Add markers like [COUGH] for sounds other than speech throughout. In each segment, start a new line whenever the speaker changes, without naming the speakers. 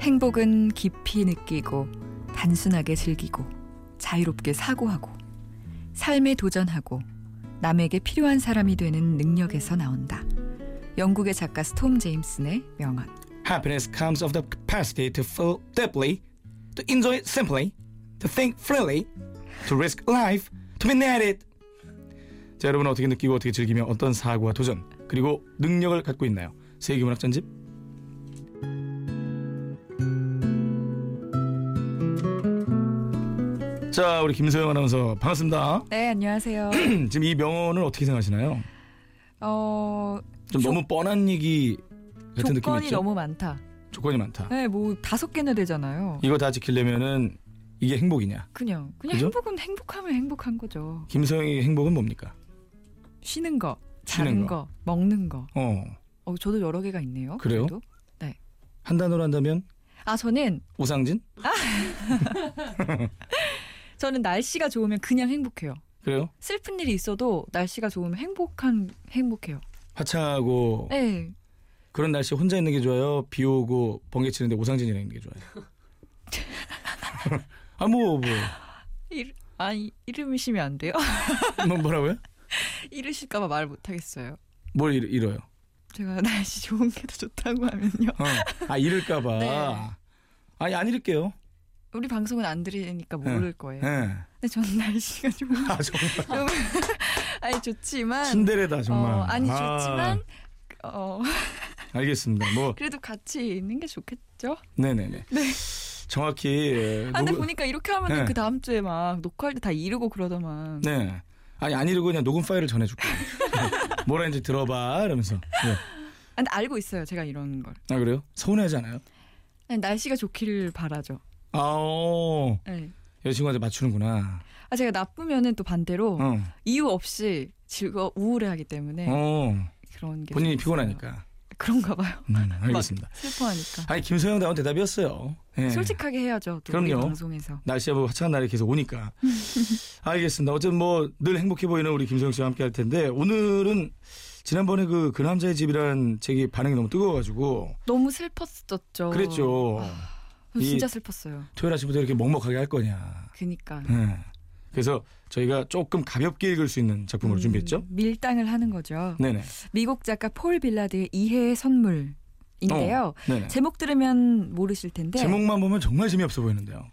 행복은 깊이 느끼고 단순하게 즐기고 자유롭게 사고하고 삶에 도전하고 남에게 필요한 사람이 되는 능력에서 나온다. 영국의 작가 스톰 제임슨의 명언.
Happiness comes of the capacity to feel deeply, to enjoy it simply, to think freely, to risk life, to be netted. 자, 여러분 어떻게 느끼고 어떻게 즐기며 어떤 사고와 도전 그리고 능력을 갖고 있나요? 세계문학 전집 자 우리 김소영 아나운서 반갑습니다. 음,
네, [CLEARS THROAT] 안녕하세요.
지금 이 명언을 어떻게 생각하시나요?
어,
좀
조-
너무 뻔한 얘기 같은 느낌이
조건이
있죠.
너무 많다.
조건이 많다.
네, 뭐 다섯 개나 되잖아요.
이거 다 지키려면은 이게 행복이냐?
그냥 그냥
그죠?
행복은 행복하면 행복한 거죠.
김소영의 행복은 뭡니까?
쉬는 거,
쉬는
자는
거.
거, 먹는 거.
어,
어, 저도 여러 개가 있네요.
그래요?
그래도.
한 단어로 한다면
아, 저는
오상진?
저는 날씨가 좋으면 그냥 행복해요.
그래요?
슬픈 일이 있어도 날씨가 좋으면 행복한 행복해요.
화창하고
네.
그런 날씨 혼자 있는 게 좋아요. 비 오고 번개 치는데 오상진이랑 있는
[LAUGHS]
게 좋아요. 아뭐 뭐,
이, 아 이- 이름이시면 안 돼요? [LAUGHS]
뭐 뭐라고요?
이러실까봐 말 못하겠어요.
뭘 잃, 잃어요?
제가 [LAUGHS] 날씨 좋은 게 더 좋다고 하면요.
어. 아 잃을까봐.
네.
아니 안 잃을게요.
우리 방송은 안 들으니까 모를 거예요.
예.
근데 저는 날씨가 좋은 게
아 정말
좀 아니 좋지만
신데레다 정말.
어, 아니
아,
좋지만 어
알겠습니다. 뭐
그래도 같이 있는 게 좋겠죠.
네네네. 정확히 예,
아, 근데
녹음-
보니까 이렇게 하면
네.
은그 다음 주에 막 녹화할 때 다 이르고 그러더만.
네. 아니 안 읽고 그냥 녹음 파일을 [LAUGHS] 전해줄게. 네. 뭐라 했는지 들어봐 이러면서. 네.
아, 근데 알고 있어요. 제가 이런 걸.
아 그래요? 서운해하지 않아요?
아니, 날씨가 좋기를 바라죠.
아오
네.
어. 여자친구한테 맞추는구나.
아 제가 나쁘면은 또 반대로
어.
이유 없이 즐거 우울해하기 때문에
어.
그런 게좀 있어요.
본인이 피곤하니까.
그런가 봐요. [LAUGHS]
음, 알겠습니다.
슬퍼하니까.
아니 김소영 다운 대답이었어요. 예.
솔직하게 해야죠. 또 우리
그럼요.
방송에서.
날씨가 뭐 화창한 날이 계속 [LAUGHS] 오니까. 알겠습니다. 어쨌든 뭐 늘 행복해 보이는 우리 김소영 씨와 함께 할 텐데 오늘은 지난번에 그 그 남자의 집이라는 책이 반응이 너무 뜨거워가지고
너무
어.
슬펐었죠.
그랬죠.
저 진짜
이-
슬펐어요.
토요일 아침부터 이렇게 먹먹하게 할 거냐.
그니까.
예. 그래서 저희가 조금 가볍게 읽을 수 있는 작품을
음,
준비했죠.
밀당을 하는 거죠.
네네.
미국 작가 폴 빌라드의 이해의 선물인데요.
네네.
제목 들으면 모르실 텐데.
어. 제목만 보면 정말 재미없어 보이는데요.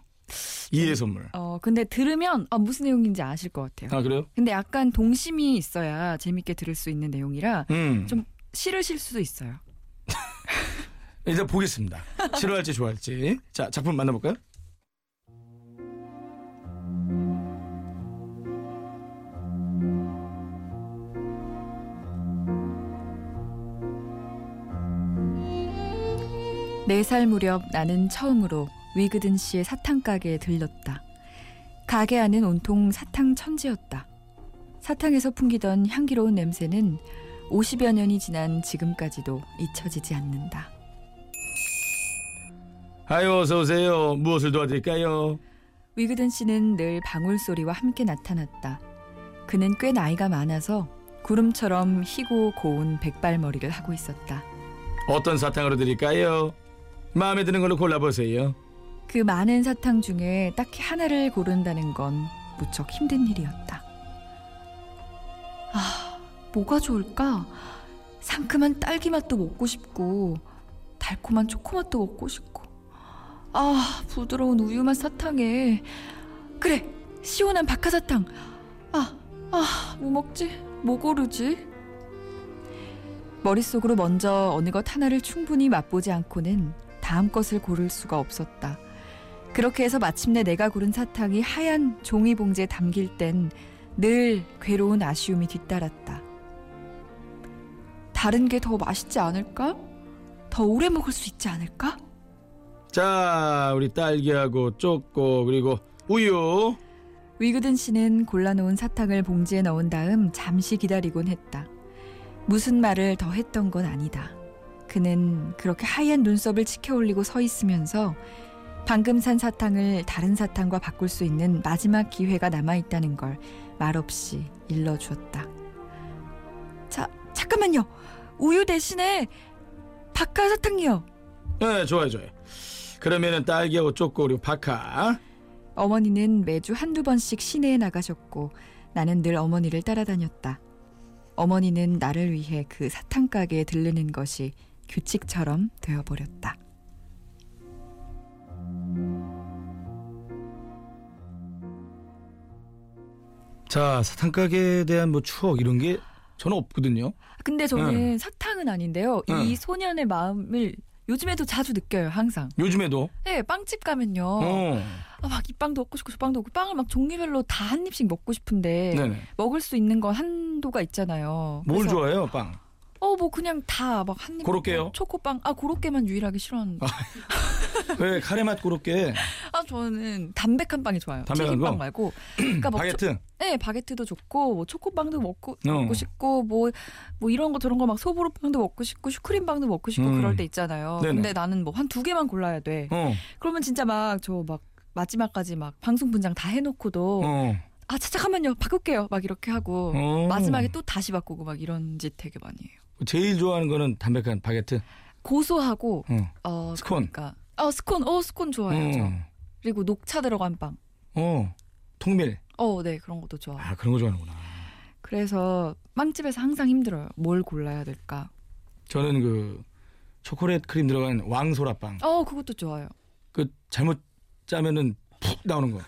이해 선물.
어 근데 들으면 아, 무슨 내용인지 아실 것 같아요.
아 그래요?
근데 약간 동심이 있어야 재밌게 들을 수 있는 내용이라
음.
좀- 싫으실 수도 있어요.
일단 보겠습니다. 싫어할지 좋아할지. 자 작품 만나볼까요?
네 살 무렵 나는 처음으로 위그든 씨의 사탕 가게에 들렀다. 가게 안은 온통 사탕 천지였다. 사탕에서 풍기던 향기로운 냄새는 50여 년이 지난 지금까지도 잊혀지지 않는다.
아유 어서 오세요. 무엇을 도와드릴까요?
위그든 씨는 늘 방울 소리와 함께 나타났다. 그는 꽤 나이가 많아서 구름처럼 희고 고운 백발머리를 하고 있었다.
어떤 사탕으로 드릴까요? 마음에 드는 걸로 골라보세요.
그 많은 사탕 중에 딱히 하나를 고른다는 건 무척 힘든 일이었다. 아, 뭐가 좋을까? 상큼한 딸기 맛도 먹고 싶고, 달콤한 초코맛도 먹고 싶고, 아, 부드러운 우유맛 사탕에, 그래, 시원한 박하사탕. 아, 아, 뭐 먹지? 뭐 고르지? 머릿속으로 먼저 어느 것 하나를 충분히 맛보지 않고는 다음 것을 고를 수가 없었다. 그렇게 해서 마침내 내가 고른 사탕이 하얀 종이 봉지에 담길 땐 늘 괴로운 아쉬움이 뒤따랐다. 다른 게 더 맛있지 않을까? 더 오래 먹을 수 있지 않을까?
자 우리 딸기하고 쪼꼬 그리고 우유.
위그든 씨는 골라놓은 사탕을 봉지에 넣은 다음 잠시 기다리곤 했다. 무슨 말을 더 했던 건 아니다. 그는 그렇게 하얀 눈썹을 치켜올리고 서 있으면서 방금 산 사탕을 다른 사탕과 바꿀 수 있는 마지막 기회가 남아 있다는 걸 말없이 일러 주었다. 자, 잠깐만요. 우유 대신에 박하 사탕이요.
네 좋아요 좋아요. 그러면은 딸기하고 쪼꼬 그리고 박하.
어머니는 매주 한두 번씩 시내에 나가셨고 나는 늘 어머니를 따라다녔다. 어머니는 나를 위해 그 사탕 가게에 들르는 것이 규칙처럼 되어버렸다.
자 사탕 가게에 대한 뭐 추억 이런 게 저는 없거든요.
근데 저는 사탕은 아닌데요.
응.
이 소년의 마음을 요즘에도 자주 느껴요. 항상.
요즘에도.
네, 빵집 가면요.
어.
아, 막 이 빵도 먹고 싶고 저 빵도 먹고 빵을 막 종류별로 다 한 입씩 먹고 싶은데
네네.
먹을 수 있는 건 한도가 있잖아요.
뭘
그래서
좋아해요 빵?
어, 뭐 그냥 다 막 한 입. [LAUGHS]
고로케요?
초코빵. 아, 고로케만 유일하게 싫어하는. 아,
왜 네, 카레 맛 고로케?
그러니까 저는 담백한 빵이 좋아요.
담백한
튀김빵
거?
말고. 그러니까 막 초,
바게트.
네, 바게트도 좋고 뭐 초코빵도 먹고
어.
먹고 싶고 뭐 뭐 이런 거 저런 거 막 소보로빵도 먹고 싶고 슈크림빵도 먹고 싶고
음.
그럴 때 있잖아요.
네네.
근데 나는 뭐 한 두 개만 골라야 돼.
어.
그러면 진짜 막 저 막 마지막까지 막 방송 분장 다 해놓고도
어.
아 자, 잠깐만요 바꿀게요 막 이렇게 하고
어.
마지막에 또 다시 바꾸고 막 이런 짓 되게 많이 해요.
제일 좋아하는 거는 담백한 바게트.
고소하고
어.
어
스콘.
그러니까 어 스콘 어 스콘 좋아해요. 저.
어.
그리고 녹차 들어간 빵.
어. 통밀.
어 네 그런 것도 좋아. 요
아 그런 거 좋아하는구나.
그래서 빵집에서 항상 힘들어요. 뭘 골라야 될까?
저는 그 초콜릿 크림 들어간 왕소라빵.
어 그것도 좋아요.
그 잘못 짜면은 푹 나오는 거.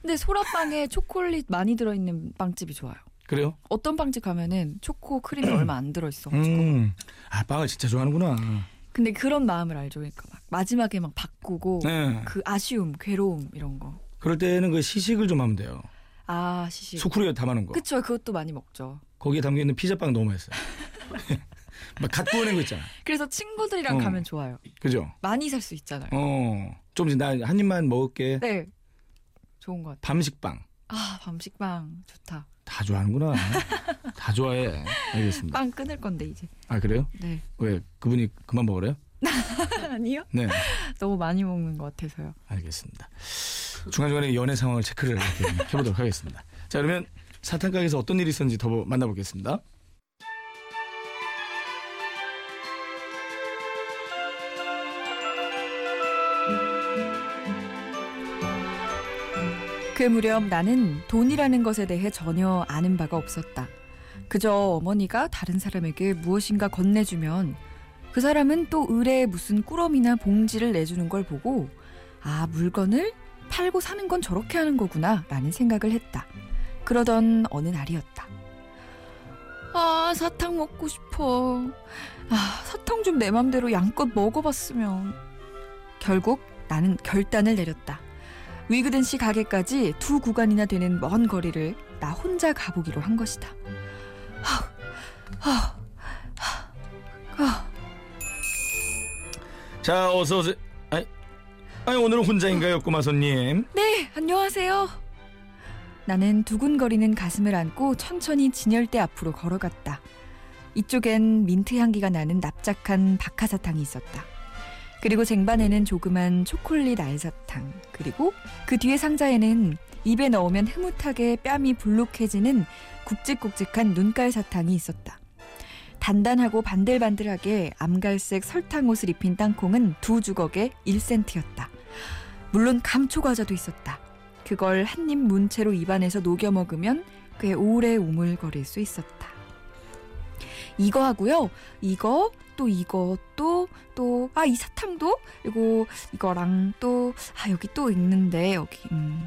근데
[LAUGHS]
소라빵에 초콜릿 많이 들어있는 빵집이 좋아요.
그래요?
어떤 빵집 가면은 초코 크림이 얼마 안 들어있어.
음. 아 빵을 진짜 좋아하는구나.
근데 그런 마음을 알죠. 그러니까 막 마지막에 막 바꾸고
네.
그 아쉬움, 괴로움 이런 거.
그럴 때는 그 시식을 좀 하면 돼요.
아 시식.
수크루에 담아놓은 거.
그쵸 그것도 많이 먹죠.
거기에 담겨 있는 피자빵 너무
[LAUGHS]
맛있어요. [LAUGHS] 막갓 구워낸 거 있잖아.
그래서 친구들이랑
어.
가면 좋아요.
그죠?
많이 살 수 있잖아요.
어. 좀 이제 나한 입만 먹을게.
네. 좋은 것 같아요.
밤식빵.
아, 밤식빵 좋다.
다 좋아하는구나. 다 좋아해. 알겠습니다.
빵 끊을 건데 이제.
아 그래요? [LAUGHS]
네.
왜 그분이 그만 먹으래요?
아니요?
네.
너무 많이 먹는 것 같아서요.
알겠습니다. 중간중간에 연애 상황을 체크를 이렇게 [LAUGHS] 해보도록 하겠습니다. 자 그러면 사탕 가게에서 어떤 일이 있었는지 더 만나보겠습니다.
그 무렵 나는 돈이라는 것에 대해 전혀 아는 바가 없었다. 그저 어머니가 다른 사람에게 무엇인가 건네주면 그 사람은 또 을에 무슨 꾸러미나 봉지를 내주는 걸 보고 아 물건을 팔고 사는 건 저렇게 하는 거구나 라는 생각을 했다. 그러던 어느 날이었다. 아 사탕 먹고 싶어. 아 사탕 좀 내 맘대로 양껏 먹어봤으면. 결국 나는 결단을 내렸다. 위그든 씨 가게까지 두 구간이나 되는 먼 거리를 나 혼자 가보기로 한 것이다.
자 어서 오세요. 아니, 아니 오늘은 혼자인가요 꼬마 손님?
네, 안녕하세요. 나는 두근거리는 가슴을 안고 천천히 진열대 앞으로 걸어갔다. 이쪽엔 민트 향기가 나는 납작한 박하사탕이 있었다. 그리고 쟁반에는 조그만 초콜릿 알사탕, 그리고 그 뒤에 상자에는 입에 넣으면 흐뭇하게 뺨이 불룩해지는 굵직굵직한 눈깔 사탕이 있었다. 단단하고 반들반들하게 암갈색 설탕 옷을 입힌 땅콩은 두 주걱에 1센트였다. 물론 감초과자도 있었다. 그걸 한 입 문채로 입안에서 녹여 먹으면 꽤 오래 우물거릴 수 있었다. 이거 하고요. 이거 또 이거 또 또 아 이 사탕도 그리고 이거랑 또 아 여기 또 있는데 여기 음.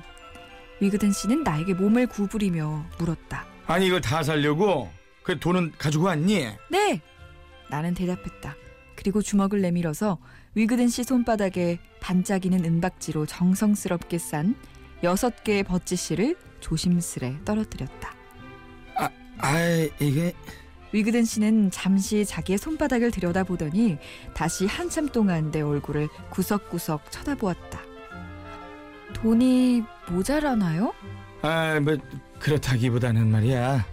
위그든 씨는 나에게 몸을 구부리며 물었다.
아니 이걸 다 살려고 그 돈은 가지고 왔니?
네. 나는 대답했다. 그리고 주먹을 내밀어서 위그든 씨 손바닥에 반짝이는 은박지로 정성스럽게 싼 여섯 개의 버찌씨를 조심스레 떨어뜨렸다.
아 이게
위그든 씨는 잠시 자기의 손바닥을 들여다보더니 다시 한참 동안 내 얼굴을 구석구석 쳐다보았다. 돈이 모자라나요?
아뭐 그렇다기보다는 말이야.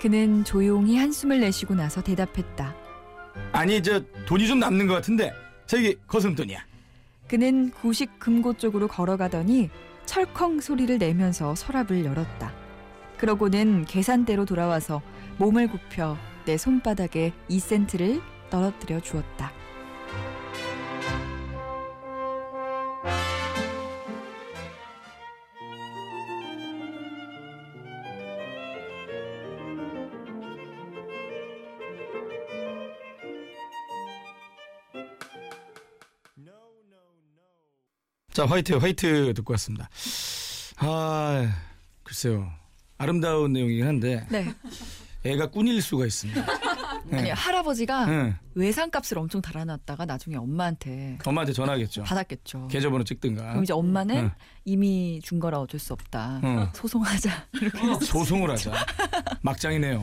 그는 조용히 한숨을 내쉬고 나서 대답했다.
아니 저 돈이 좀 남는 것 같은데 저기 거슴돈이야.
그는 구식 금고 쪽으로 걸어가더니 철컹 소리를 내면서 서랍을 열었다. 그러고는 계산대로 돌아와서 몸을 굽혀 내 손바닥에 2센트를 떨어뜨려 주었다.
자 화이트 화이트 듣고 왔습니다. 아 글쎄요 아름다운 내용이긴 한데
네.
애가 꾼일 수가 있습니다.
[LAUGHS]
네.
아니 할아버지가
응.
외상값을 엄청 달아놨다가 나중에 엄마한테
엄마한테 전화하겠죠.
받았겠죠.
계좌번호 찍든가
그럼 음, 이제 엄마는
응.
이미 준 거라 어쩔 수 없다.
응.
소송하자. [LAUGHS] 이렇게 해서
어, 소송을 하자.
[LAUGHS]
막장이네요.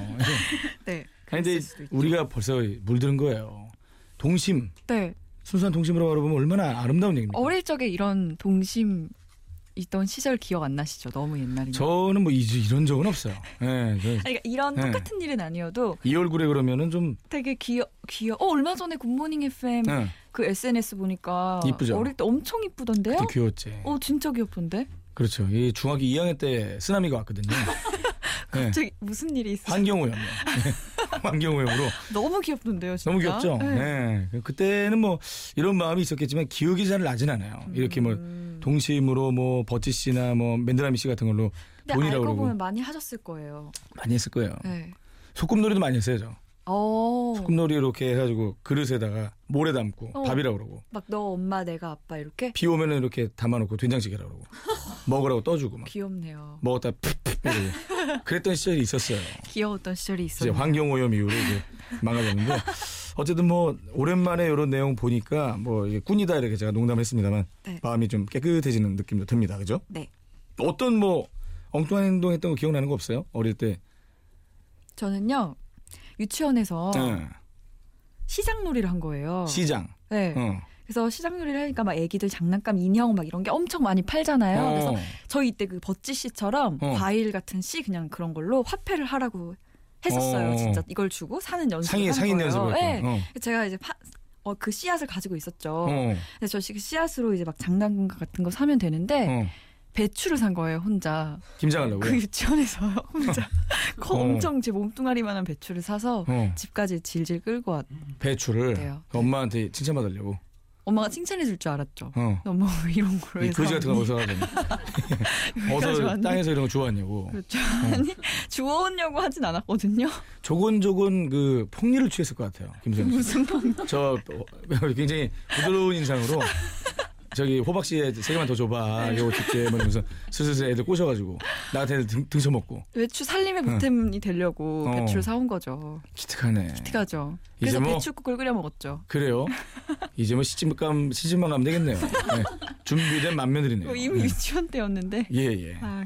네. 그랬을
아니 근데
수도 있죠.
우리가 벌써 물드는 거예요. 동심
네.
순수한 동심으로 바라보면 얼마나 아름다운 얘기입니까?
어릴 적에 이런 동심 있던 시절 기억 안 나시죠? 너무 옛날이면.
저는 뭐 이, 이런 적은 없어요. 예, 저-
아니, 그러니까 이런
네.
똑같은 일은 아니어도
이 얼굴에 그러면은 좀
되게 귀여 귀여. 어 얼마 전에 굿모닝 FM
예,
그 SNS 보니까
이쁘죠?
어릴 때 엄청 이쁘던데요?
좀 귀여웠지.
어 진짜 귀엽던데?
그렇죠. 이 중학교 2학년 때 쓰나미가 왔거든요.
[LAUGHS]
예,
갑자기 무슨 일이 있어?
환경오염. [LAUGHS] 환경오염으로
[LAUGHS] 너무 귀엽던데요, 진짜.
너무 귀엽죠.
네.
예. 그때는 뭐 이런 마음이 있었겠지만 기억이 잘 나진 않아요. 이렇게 뭐
음.
동심으로 뭐 버찌 씨나 뭐 맨드라미 씨 같은 걸로
근데
돈이라고
알고
그러고. 어.
보면 많이 하셨을 거예요.
많이 했을 거예요.
네.
소꿉놀이도 많이 했어요, 저.
어.
소꿉놀이 이렇게 해가지고 그릇에다가 모래 담고
어.
밥이라고 그러고
막 너 엄마 내가 아빠 이렇게
비 오면은 이렇게 담아놓고
[LAUGHS]
된장찌개라고 그러고 먹으라고 떠주고 막
귀엽네요.
먹었다 푹푹 이러고 그랬던 시절이 있었어요.
귀여웠던 시절이
이제
있어요.
환경 오염 이후로 이제 망가졌는데 어쨌든 뭐 오랜만에 이런 내용 보니까 뭐 이게 꾼이다 이렇게 제가 농담했습니다만
네.
마음이 좀 깨끗해지는 느낌도 듭니다. 그죠?
네.
어떤 뭐 엉뚱한 행동했던 거 기억나는 거 없어요? 어릴 때.
저는요 유치원에서
응.
시장놀이를 한 거예요.
네. 시장. 어.
네.
응.
그래서 시장놀이를 하니까 막 애기들 장난감 인형 막 이런 게 엄청 많이 팔잖아요. 그래서 저희 이때 그 버찌 씨처럼
어.
과일 같은 씨 그냥 그런 걸로 화폐를 하라고 했었어요.
어.
진짜 이걸 주고 사는 연습을
상의
한
상인
거예요.
연습을
네.
했구나.
제가 이제 파, 어, 그 씨앗을 가지고 있었죠.
어. 어.
근데 저 씨- 씨앗으로 이제 막 장난감 같은 거 사면 되는데
어.
배추를 산 거예요 혼자.
김장하려고.
네. 그 유치원에서 [LAUGHS]
[LAUGHS]
혼자 커
어.
엄청 제 몸뚱아리만한 배추를 사서
어.
집까지 질질 끌고 왔.
배추를
돼요.
엄마한테 칭찬받으려고.
엄마가 칭찬해 줄 줄 알았죠.
어.
너무 [LAUGHS] 이런 걸로
이
해서
거지 같은 거 어디서 가지고. 어서
[LAUGHS] 가져왔니?
땅에서 이런 거 좋아하냐고.
그렇죠. 아니
어.
주워오려고 하진 않았거든요.
조곤조곤 그 폭리를 취했을 것 같아요.
[LAUGHS]
김수영 씨.
무슨 방-
저 어, 굉장히 부드러운 인상으로 저기 호박 씨에 세 개만 더 줘봐. 요거 줄게. 뭐 이러면서 슬슬 애들 꼬셔가지고 나한테 등, 등쳐먹고.
외추 살림의 보탬이 되려고
어.
배추를 사온 거죠.
기특하네.
어떡하죠?
이제
그래서
뭐-
배추국을 끓여 먹었죠.
그래요. 이제 뭐 시집감 시집만 가면 되겠네요. 네. 준비된 만면들이네요.
어, 이미
네.
유치원 때였는데.
예 예.
아
준비를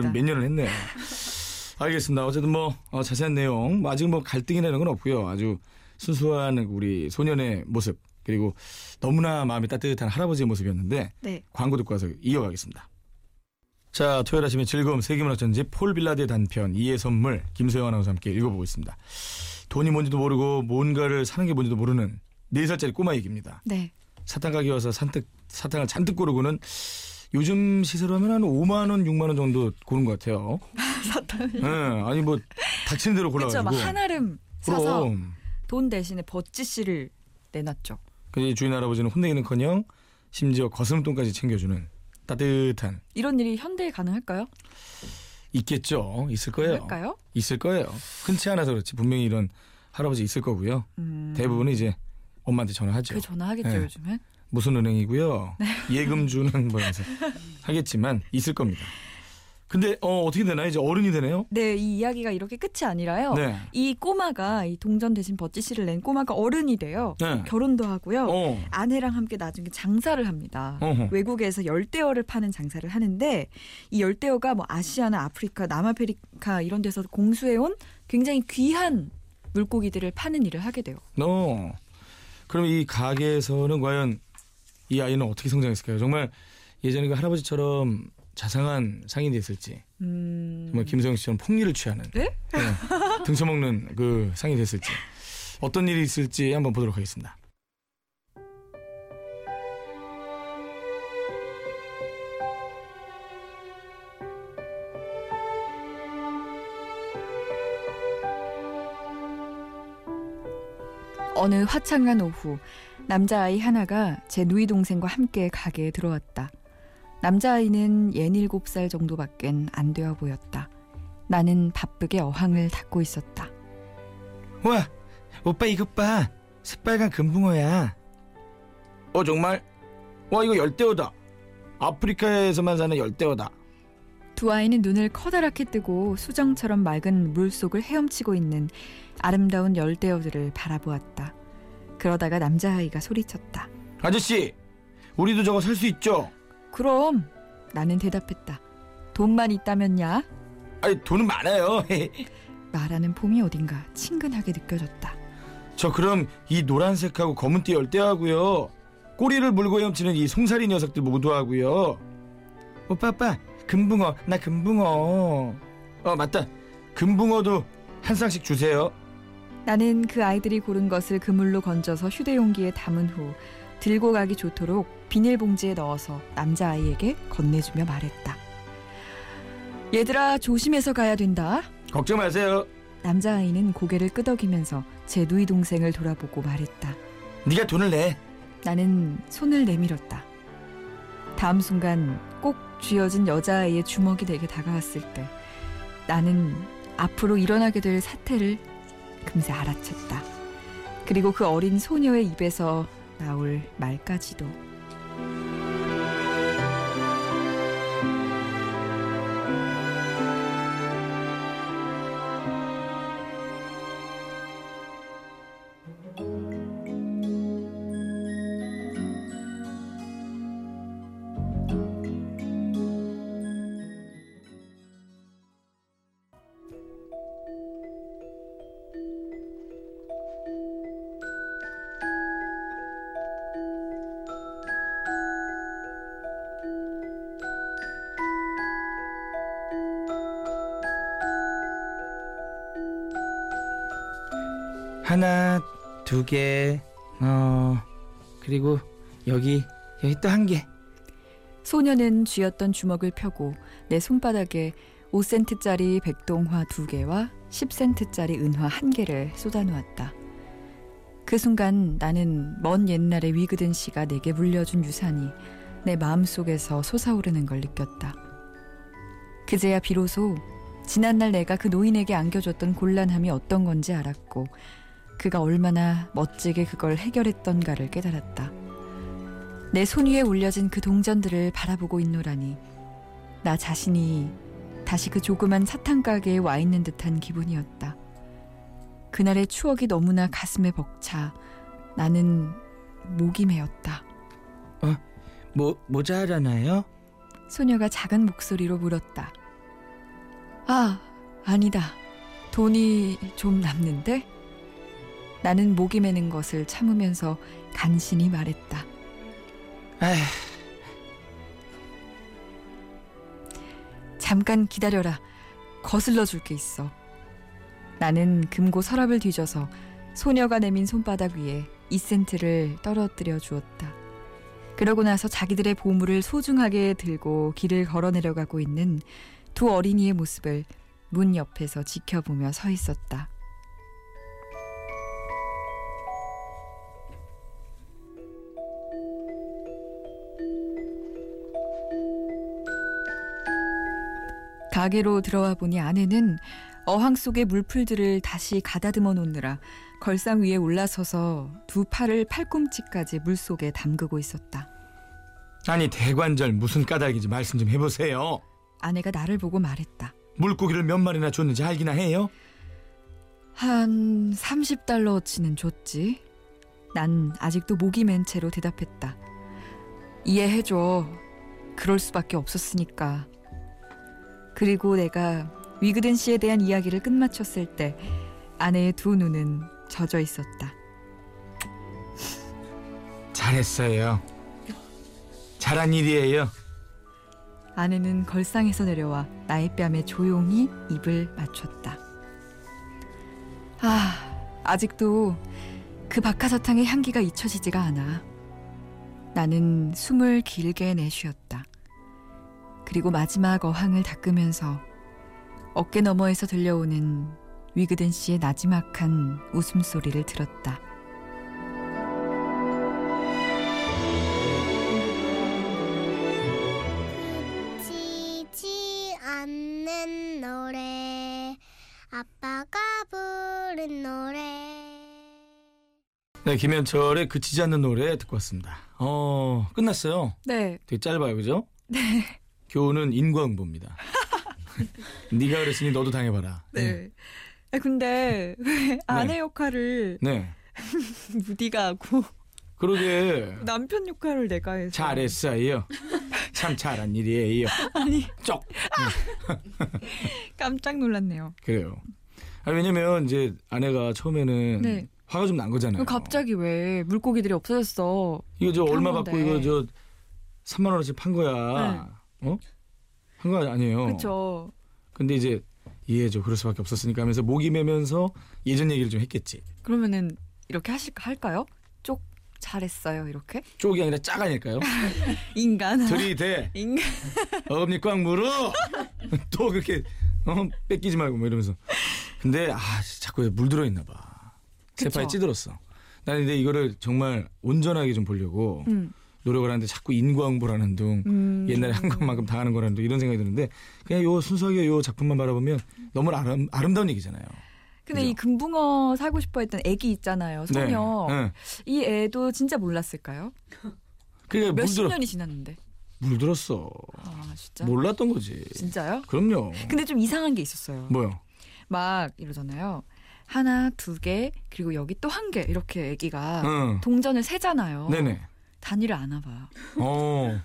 감사합니다.
몇 년을
[LAUGHS]
했네요. 알겠습니다. 어쨌든 뭐 어, 자세한 내용, 뭐 아직 뭐 갈등이나 이런 건 없고요. 아주 순수한 그 우리 소년의 모습 그리고 너무나 마음이 따뜻한 할아버지의 모습이었는데
네.
광고 듣고 와서 이어가겠습니다. 자, 토요일 아침에 즐거움 세계문학 전집 폴 빌라드의 단편 이의 선물 김소영 아나운서와 함께 읽어보고 있습니다. 돈이 뭔지도 모르고 뭔가를 사는 게 뭔지도 모르는 4살짜리 꼬마 얘기입니다.
네.
사탕 가게 와서 산뜻, 사탕을 잔뜩 고르고는 요즘 시세로 하면 한 5만 원, 6만 원 정도 고른 것 같아요.
[LAUGHS] 사탕.
예, 아니 뭐 닥치는 대로
그렇죠.
골라가지고.
막 한아름 사서
그럼
돈 대신에 버찌 씨를 내놨죠.
그 주인 할아버지는 혼내기는커녕 심지어 거스름돈까지 챙겨주는 따뜻한
이런 일이 현대에 가능할까요?
있겠죠. 있을 거예요.
할까요?
있을 거예요. 흔치 않아서 그렇지 분명히 이런 할아버지 있을 거고요.
음.
대부분은 이제 엄마한테 전화하죠.
그 전화하겠죠
네.
요즘엔.
무슨 은행이고요.
네.
예금 주는 뭐 이러면서 하겠지만 있을 겁니다. 근데 어, 어떻게 되나 이제 어른이 되네요.
네, 이 이야기가 이렇게 끝이 아니라요.
네.
이 꼬마가 이 동전 대신 버찌 씨를 낸 꼬마가 어른이 돼요.
네.
결혼도 하고요.
어.
아내랑 함께 나중에 장사를 합니다.
어허.
외국에서 열대어를 파는 장사를 하는데 이 열대어가 뭐 아시아나 아프리카, 남아메리카 이런 데서 공수해 온 굉장히 귀한 물고기들을 파는 일을 하게 돼요.
너 그럼 이 가게에서는 과연 이 아이는 어떻게 성장했을까요? 정말 예전에 그 할아버지처럼 자상한 상인이 됐을지,
음.
정말 김소영 씨처럼 폭리를 취하는,
네?
등쳐먹는 그 상인이 됐을지 어떤 일이 있을지 한번 보도록 하겠습니다.
어느 화창한 오후 남자아이 하나가 제 누이 동생과 함께 가게에 들어왔다. 남자아이는 67살 정도밖엔 안 되어 보였다. 나는 바쁘게 어항을 닦고 있었다.
와, 오빠 이것 봐, 새빨간 금붕어야. 어 정말? 와 이거 열대어다. 아프리카에서만 사는 열대어다.
두 아이는 눈을 커다랗게 뜨고 수정처럼 맑은 물속을 헤엄치고 있는 아름다운 열대어들을 바라보았다. 그러다가 남자아이가 소리쳤다.
아저씨, 우리도 저거 살 수 있죠?
그럼 나는 대답했다. 돈만 있다면야
아니 돈은 많아요. [LAUGHS]
말하는 봄이 어딘가 친근하게 느껴졌다.
저 그럼 이 노란색하고 검은띠 열대하고요. 꼬리를 물고 헤엄치는 이 송사리 녀석들 모두하고요. 오빠 오빠 금붕어 나 금붕어. 어 맞다 금붕어도 한 쌍씩 주세요.
나는 그 아이들이 고른 것을 그물로 건져서 휴대용기에 담은 후 들고 가기 좋도록 비닐봉지에 넣어서 남자아이에게 건네주며 말했다. 얘들아 조심해서 가야 된다.
걱정 마세요.
남자아이는 고개를 끄덕이면서 제 누이 동생을 돌아보고 말했다.
네가 돈을 내.
나는 손을 내밀었다. 다음 순간 꼭 쥐어진 여자아이의 주먹이 내게 다가왔을 때 나는 앞으로 일어나게 될 사태를 금세 알아챘다. 그리고 그 어린 소녀의 입에서 나올 말까지도.
하나 두 개 어 그리고 여기 여기 또 한 개.
소녀는 쥐었던 주먹을 펴고 내 손바닥에 5센트짜리 백동화 두 개와 10센트짜리 은화 한 개를 쏟아놓았다. 그 순간 나는 먼 옛날에 위그든 씨가 내게 물려준 유산이 내 마음속에서 솟아오르는 걸 느꼈다. 그제야 비로소 지난날 내가 그 노인에게 안겨줬던 곤란함이 어떤 건지 알았고 그가 얼마나 멋지게 그걸 해결했던가를 깨달았다. 내 손 위에 올려진 그 동전들을 바라보고 있노라니 나 자신이 다시 그 조그만 사탕 가게에 와 있는 듯한 기분이었다. 그날의 추억이 너무나 가슴에 벅차 나는 목이 메었다.
뭐 모자라나요?
소녀가 작은 목소리로 물었다. 아, 아니다. 돈이 좀 남는데? 나는 목이 메는 것을 참으면서 간신히 말했다.
에휴.
잠깐 기다려라. 거슬러 줄 게 있어. 나는 금고 서랍을 뒤져서 소녀가 내민 손바닥 위에 2센트를 떨어뜨려 주었다. 그러고 나서 자기들의 보물을 소중하게 들고 길을 걸어 내려가고 있는 두 어린이의 모습을 문 옆에서 지켜보며 서 있었다. 가게로 들어와 보니 아내는 어항 속의 물풀들을 다시 가다듬어 놓느라 걸상 위에 올라서서 두 팔을 팔꿈치까지 물속에 담그고 있었다.
아니 대관절 무슨 까닭인지 말씀 좀 해보세요.
아내가 나를 보고 말했다.
물고기를 몇 마리나 줬는지 알기나 해요?
한 30달러어치는 줬지. 난 아직도 목이 맨 채로 대답했다. 이해해줘. 그럴 수밖에 없었으니까. 그리고 내가 위그든 씨에 대한 이야기를 끝마쳤을 때 아내의 두 눈은 젖어 있었다.
잘했어요. 잘한 일이에요.
아내는 걸상에서 내려와 나의 뺨에 조용히 입을 맞췄다. 아, 아직도 그 박하사탕의 향기가 잊혀지지가 않아. 나는 숨을 길게 내쉬었다. 그리고 마지막 어항을 닦으면서 어깨 너머에서 들려오는 위그든 씨의 나지막한 웃음소리를 들었다.
지지 않는 노래 아빠가 부른 노래
네, 김현철의 그치지 않는 노래 듣고 왔습니다. 어, 끝났어요.
네,
되게 짧아요, 그죠? 교훈은 인과응보입니다. 네가 그랬으니 너도 당해봐라.
네. 아, 근데 왜 아내 역할을 [LAUGHS]
네.
무디가 하고
그러게
남편 역할을 내가 해서
잘했어요. 참 잘한 일이에요.
아니
쩍.
깜짝 놀랐네요.
그래요. 아, 왜냐면 이제 아내가 처음에는
네.
화가 좀 난 거잖아요.
그럼 갑자기 왜 물고기들이 없어졌어?
이거 저
판
얼마
건데.
받고 이거 저 3만 원어치 판 거야. 어? 한 거 아니에요.
네. 그렇죠.
근데 이제 이해죠. 그럴 수밖에 없었으니까 하면서 목이 매면서 예전 얘기를 좀 했겠지.
그러면은 이렇게 하실 할까요? 쪽 잘했어요 이렇게
쪽이 아니라
[LAUGHS]
짝 아닐까요?
인간
들이대
[LAUGHS] 인간
어금니 꽉 물어. [LAUGHS] 또 그렇게 어, 뺏기지 말고 뭐 이러면서. 근데 아 자꾸 물 들어 있나 봐.
그쵸.
세파에 찌들었어. 난 근데 이거를 정말 온전하게 좀 보려고
음,
노력을 하는데 자꾸 인과응보라는 둥
음.
옛날에 한 것만큼 당하는 거라는 둥 이런 생각이 드는데 그냥 요 순수하게 요 작품만 바라보면 너무 아름, 아름다운 얘기잖아요.
근데
그죠?
이 금붕어 사고 싶어 했던 애기 있잖아요
네.
소녀
네.
이 애도 진짜 몰랐을까요?
그게
몇십
물들어
년이 지났는데
물들었어.
아 진짜
몰랐던 거지.
진짜요?
그럼요.
근데 좀 이상한 게 있었어요.
뭐요?
막 이러잖아요. 하나, 두 개, 그리고 여기 또 한 개. 이렇게 애기가
응.
동전을 세잖아요.
네네.
단위를 아나 봐요.
어.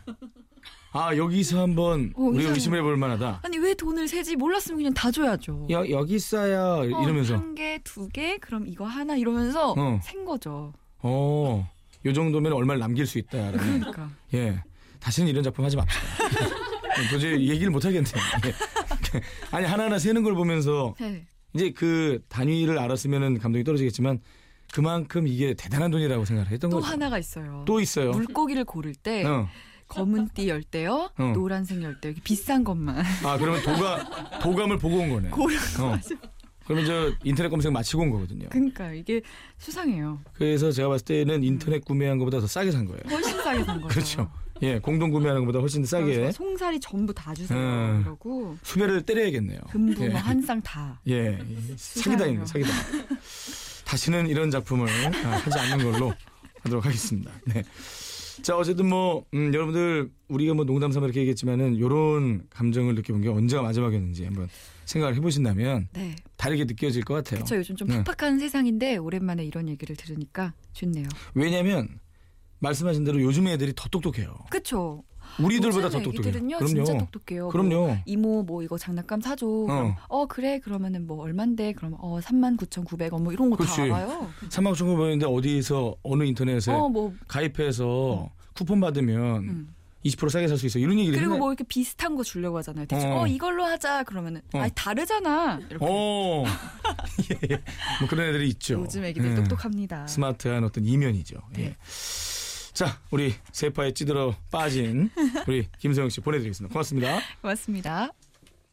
아 여기서 한번
어,
우리
이상해.
의심해 볼 만하다.
아니 왜 돈을 세지? 몰랐으면 그냥 다 줘야죠.
여 여기 있어요.
어,
이러면서.
한 개, 두 개, 그럼 이거 하나 이러면서
어.
센 거죠.
어. 요 정도면 얼마를 남길 수 있다라는.
그러니까.
예. 다시는 이런 작품 하지 맙시다. [LAUGHS] 도저히 얘기를 못 하겠네요. 예. [LAUGHS] 아니 하나하나 세는 걸 보면서
네.
이제 그 단위를 알았으면은 감동이 떨어지겠지만 그만큼 이게 대단한 돈이라고 생각을 했던
또
거죠.
하나가 있어요.
네. 또 있어요.
물고기를 고를 때
어.
검은 띠 열대요,
어.
노란색 열대 이렇게 비싼 것만 [LAUGHS]
아 그러면 도가 도감을 보고 온 거네.
고른 거.
어. 그러면 저 인터넷 검색 마치고 온 거거든요.
그러니까 이게 수상해요.
그래서 제가 봤을 때는
음.
인터넷 구매한 것보다 더 싸게 산 거예요.
훨씬 싸게 산 거죠.
그렇죠. 예, 공동 구매하는 것보다 훨씬 더 싸게
그래서 송사리 전부 다 주세요.
음.
이러고
수배를 때려야겠네요.
금붕어
예.
뭐 한 쌍 다.
예, 사기당입니다. 사기당. 다시는 이런 작품을 아, 하지 않는 걸로 하도록 하겠습니다. 네. 자, 어쨌든 뭐 음, 여러분들 우리가 뭐 농담삼아 이렇게 얘기했지만은 요런 감정을 느껴본 게 언제가 마지막이었는지 한번 생각을 해보신다면
네,
다르게 느껴질 것 같아요.
그렇죠. 요즘 좀
네.
팍팍한 세상인데 오랜만에 이런 얘기를 들으니까 좋네요.
왜냐하면 말씀하신 대로 요즘 애들이 더 똑똑해요.
그렇죠.
우리들보다 더
요즘
똑똑해요.
애기들은요,
그럼요.
진짜 똑똑해요. 뭐
그럼요.
이모 뭐 이거 장난감 사줘.
어.
그럼 어 그래 그러면은 뭐 얼만데 그럼 어 39,900원 뭐 이런 거 다
그치.
알아요.
3만 5천 9백인데 어디서 어느 인터넷에
어뭐 음.
가입해서 쿠폰 받으면 20% 싸게 살 수 있어. 이런 얘기를
그리고
했나-
뭐 이렇게 비슷한 거 주려고 하잖아요. 대충
어.
어, 이걸로 하자 그러면은
어.
아니 다르잖아. 이렇게
어. [LAUGHS] 예, 예. 뭐 그런 애들이 있죠.
요즘 애기들
예.
똑똑합니다.
스마트한 어떤 이면이죠. 예.
네.
자, 우리 세파에 찌들어 빠진 우리 김소영 씨 보내드리겠습니다. 고맙습니다.
고맙습니다.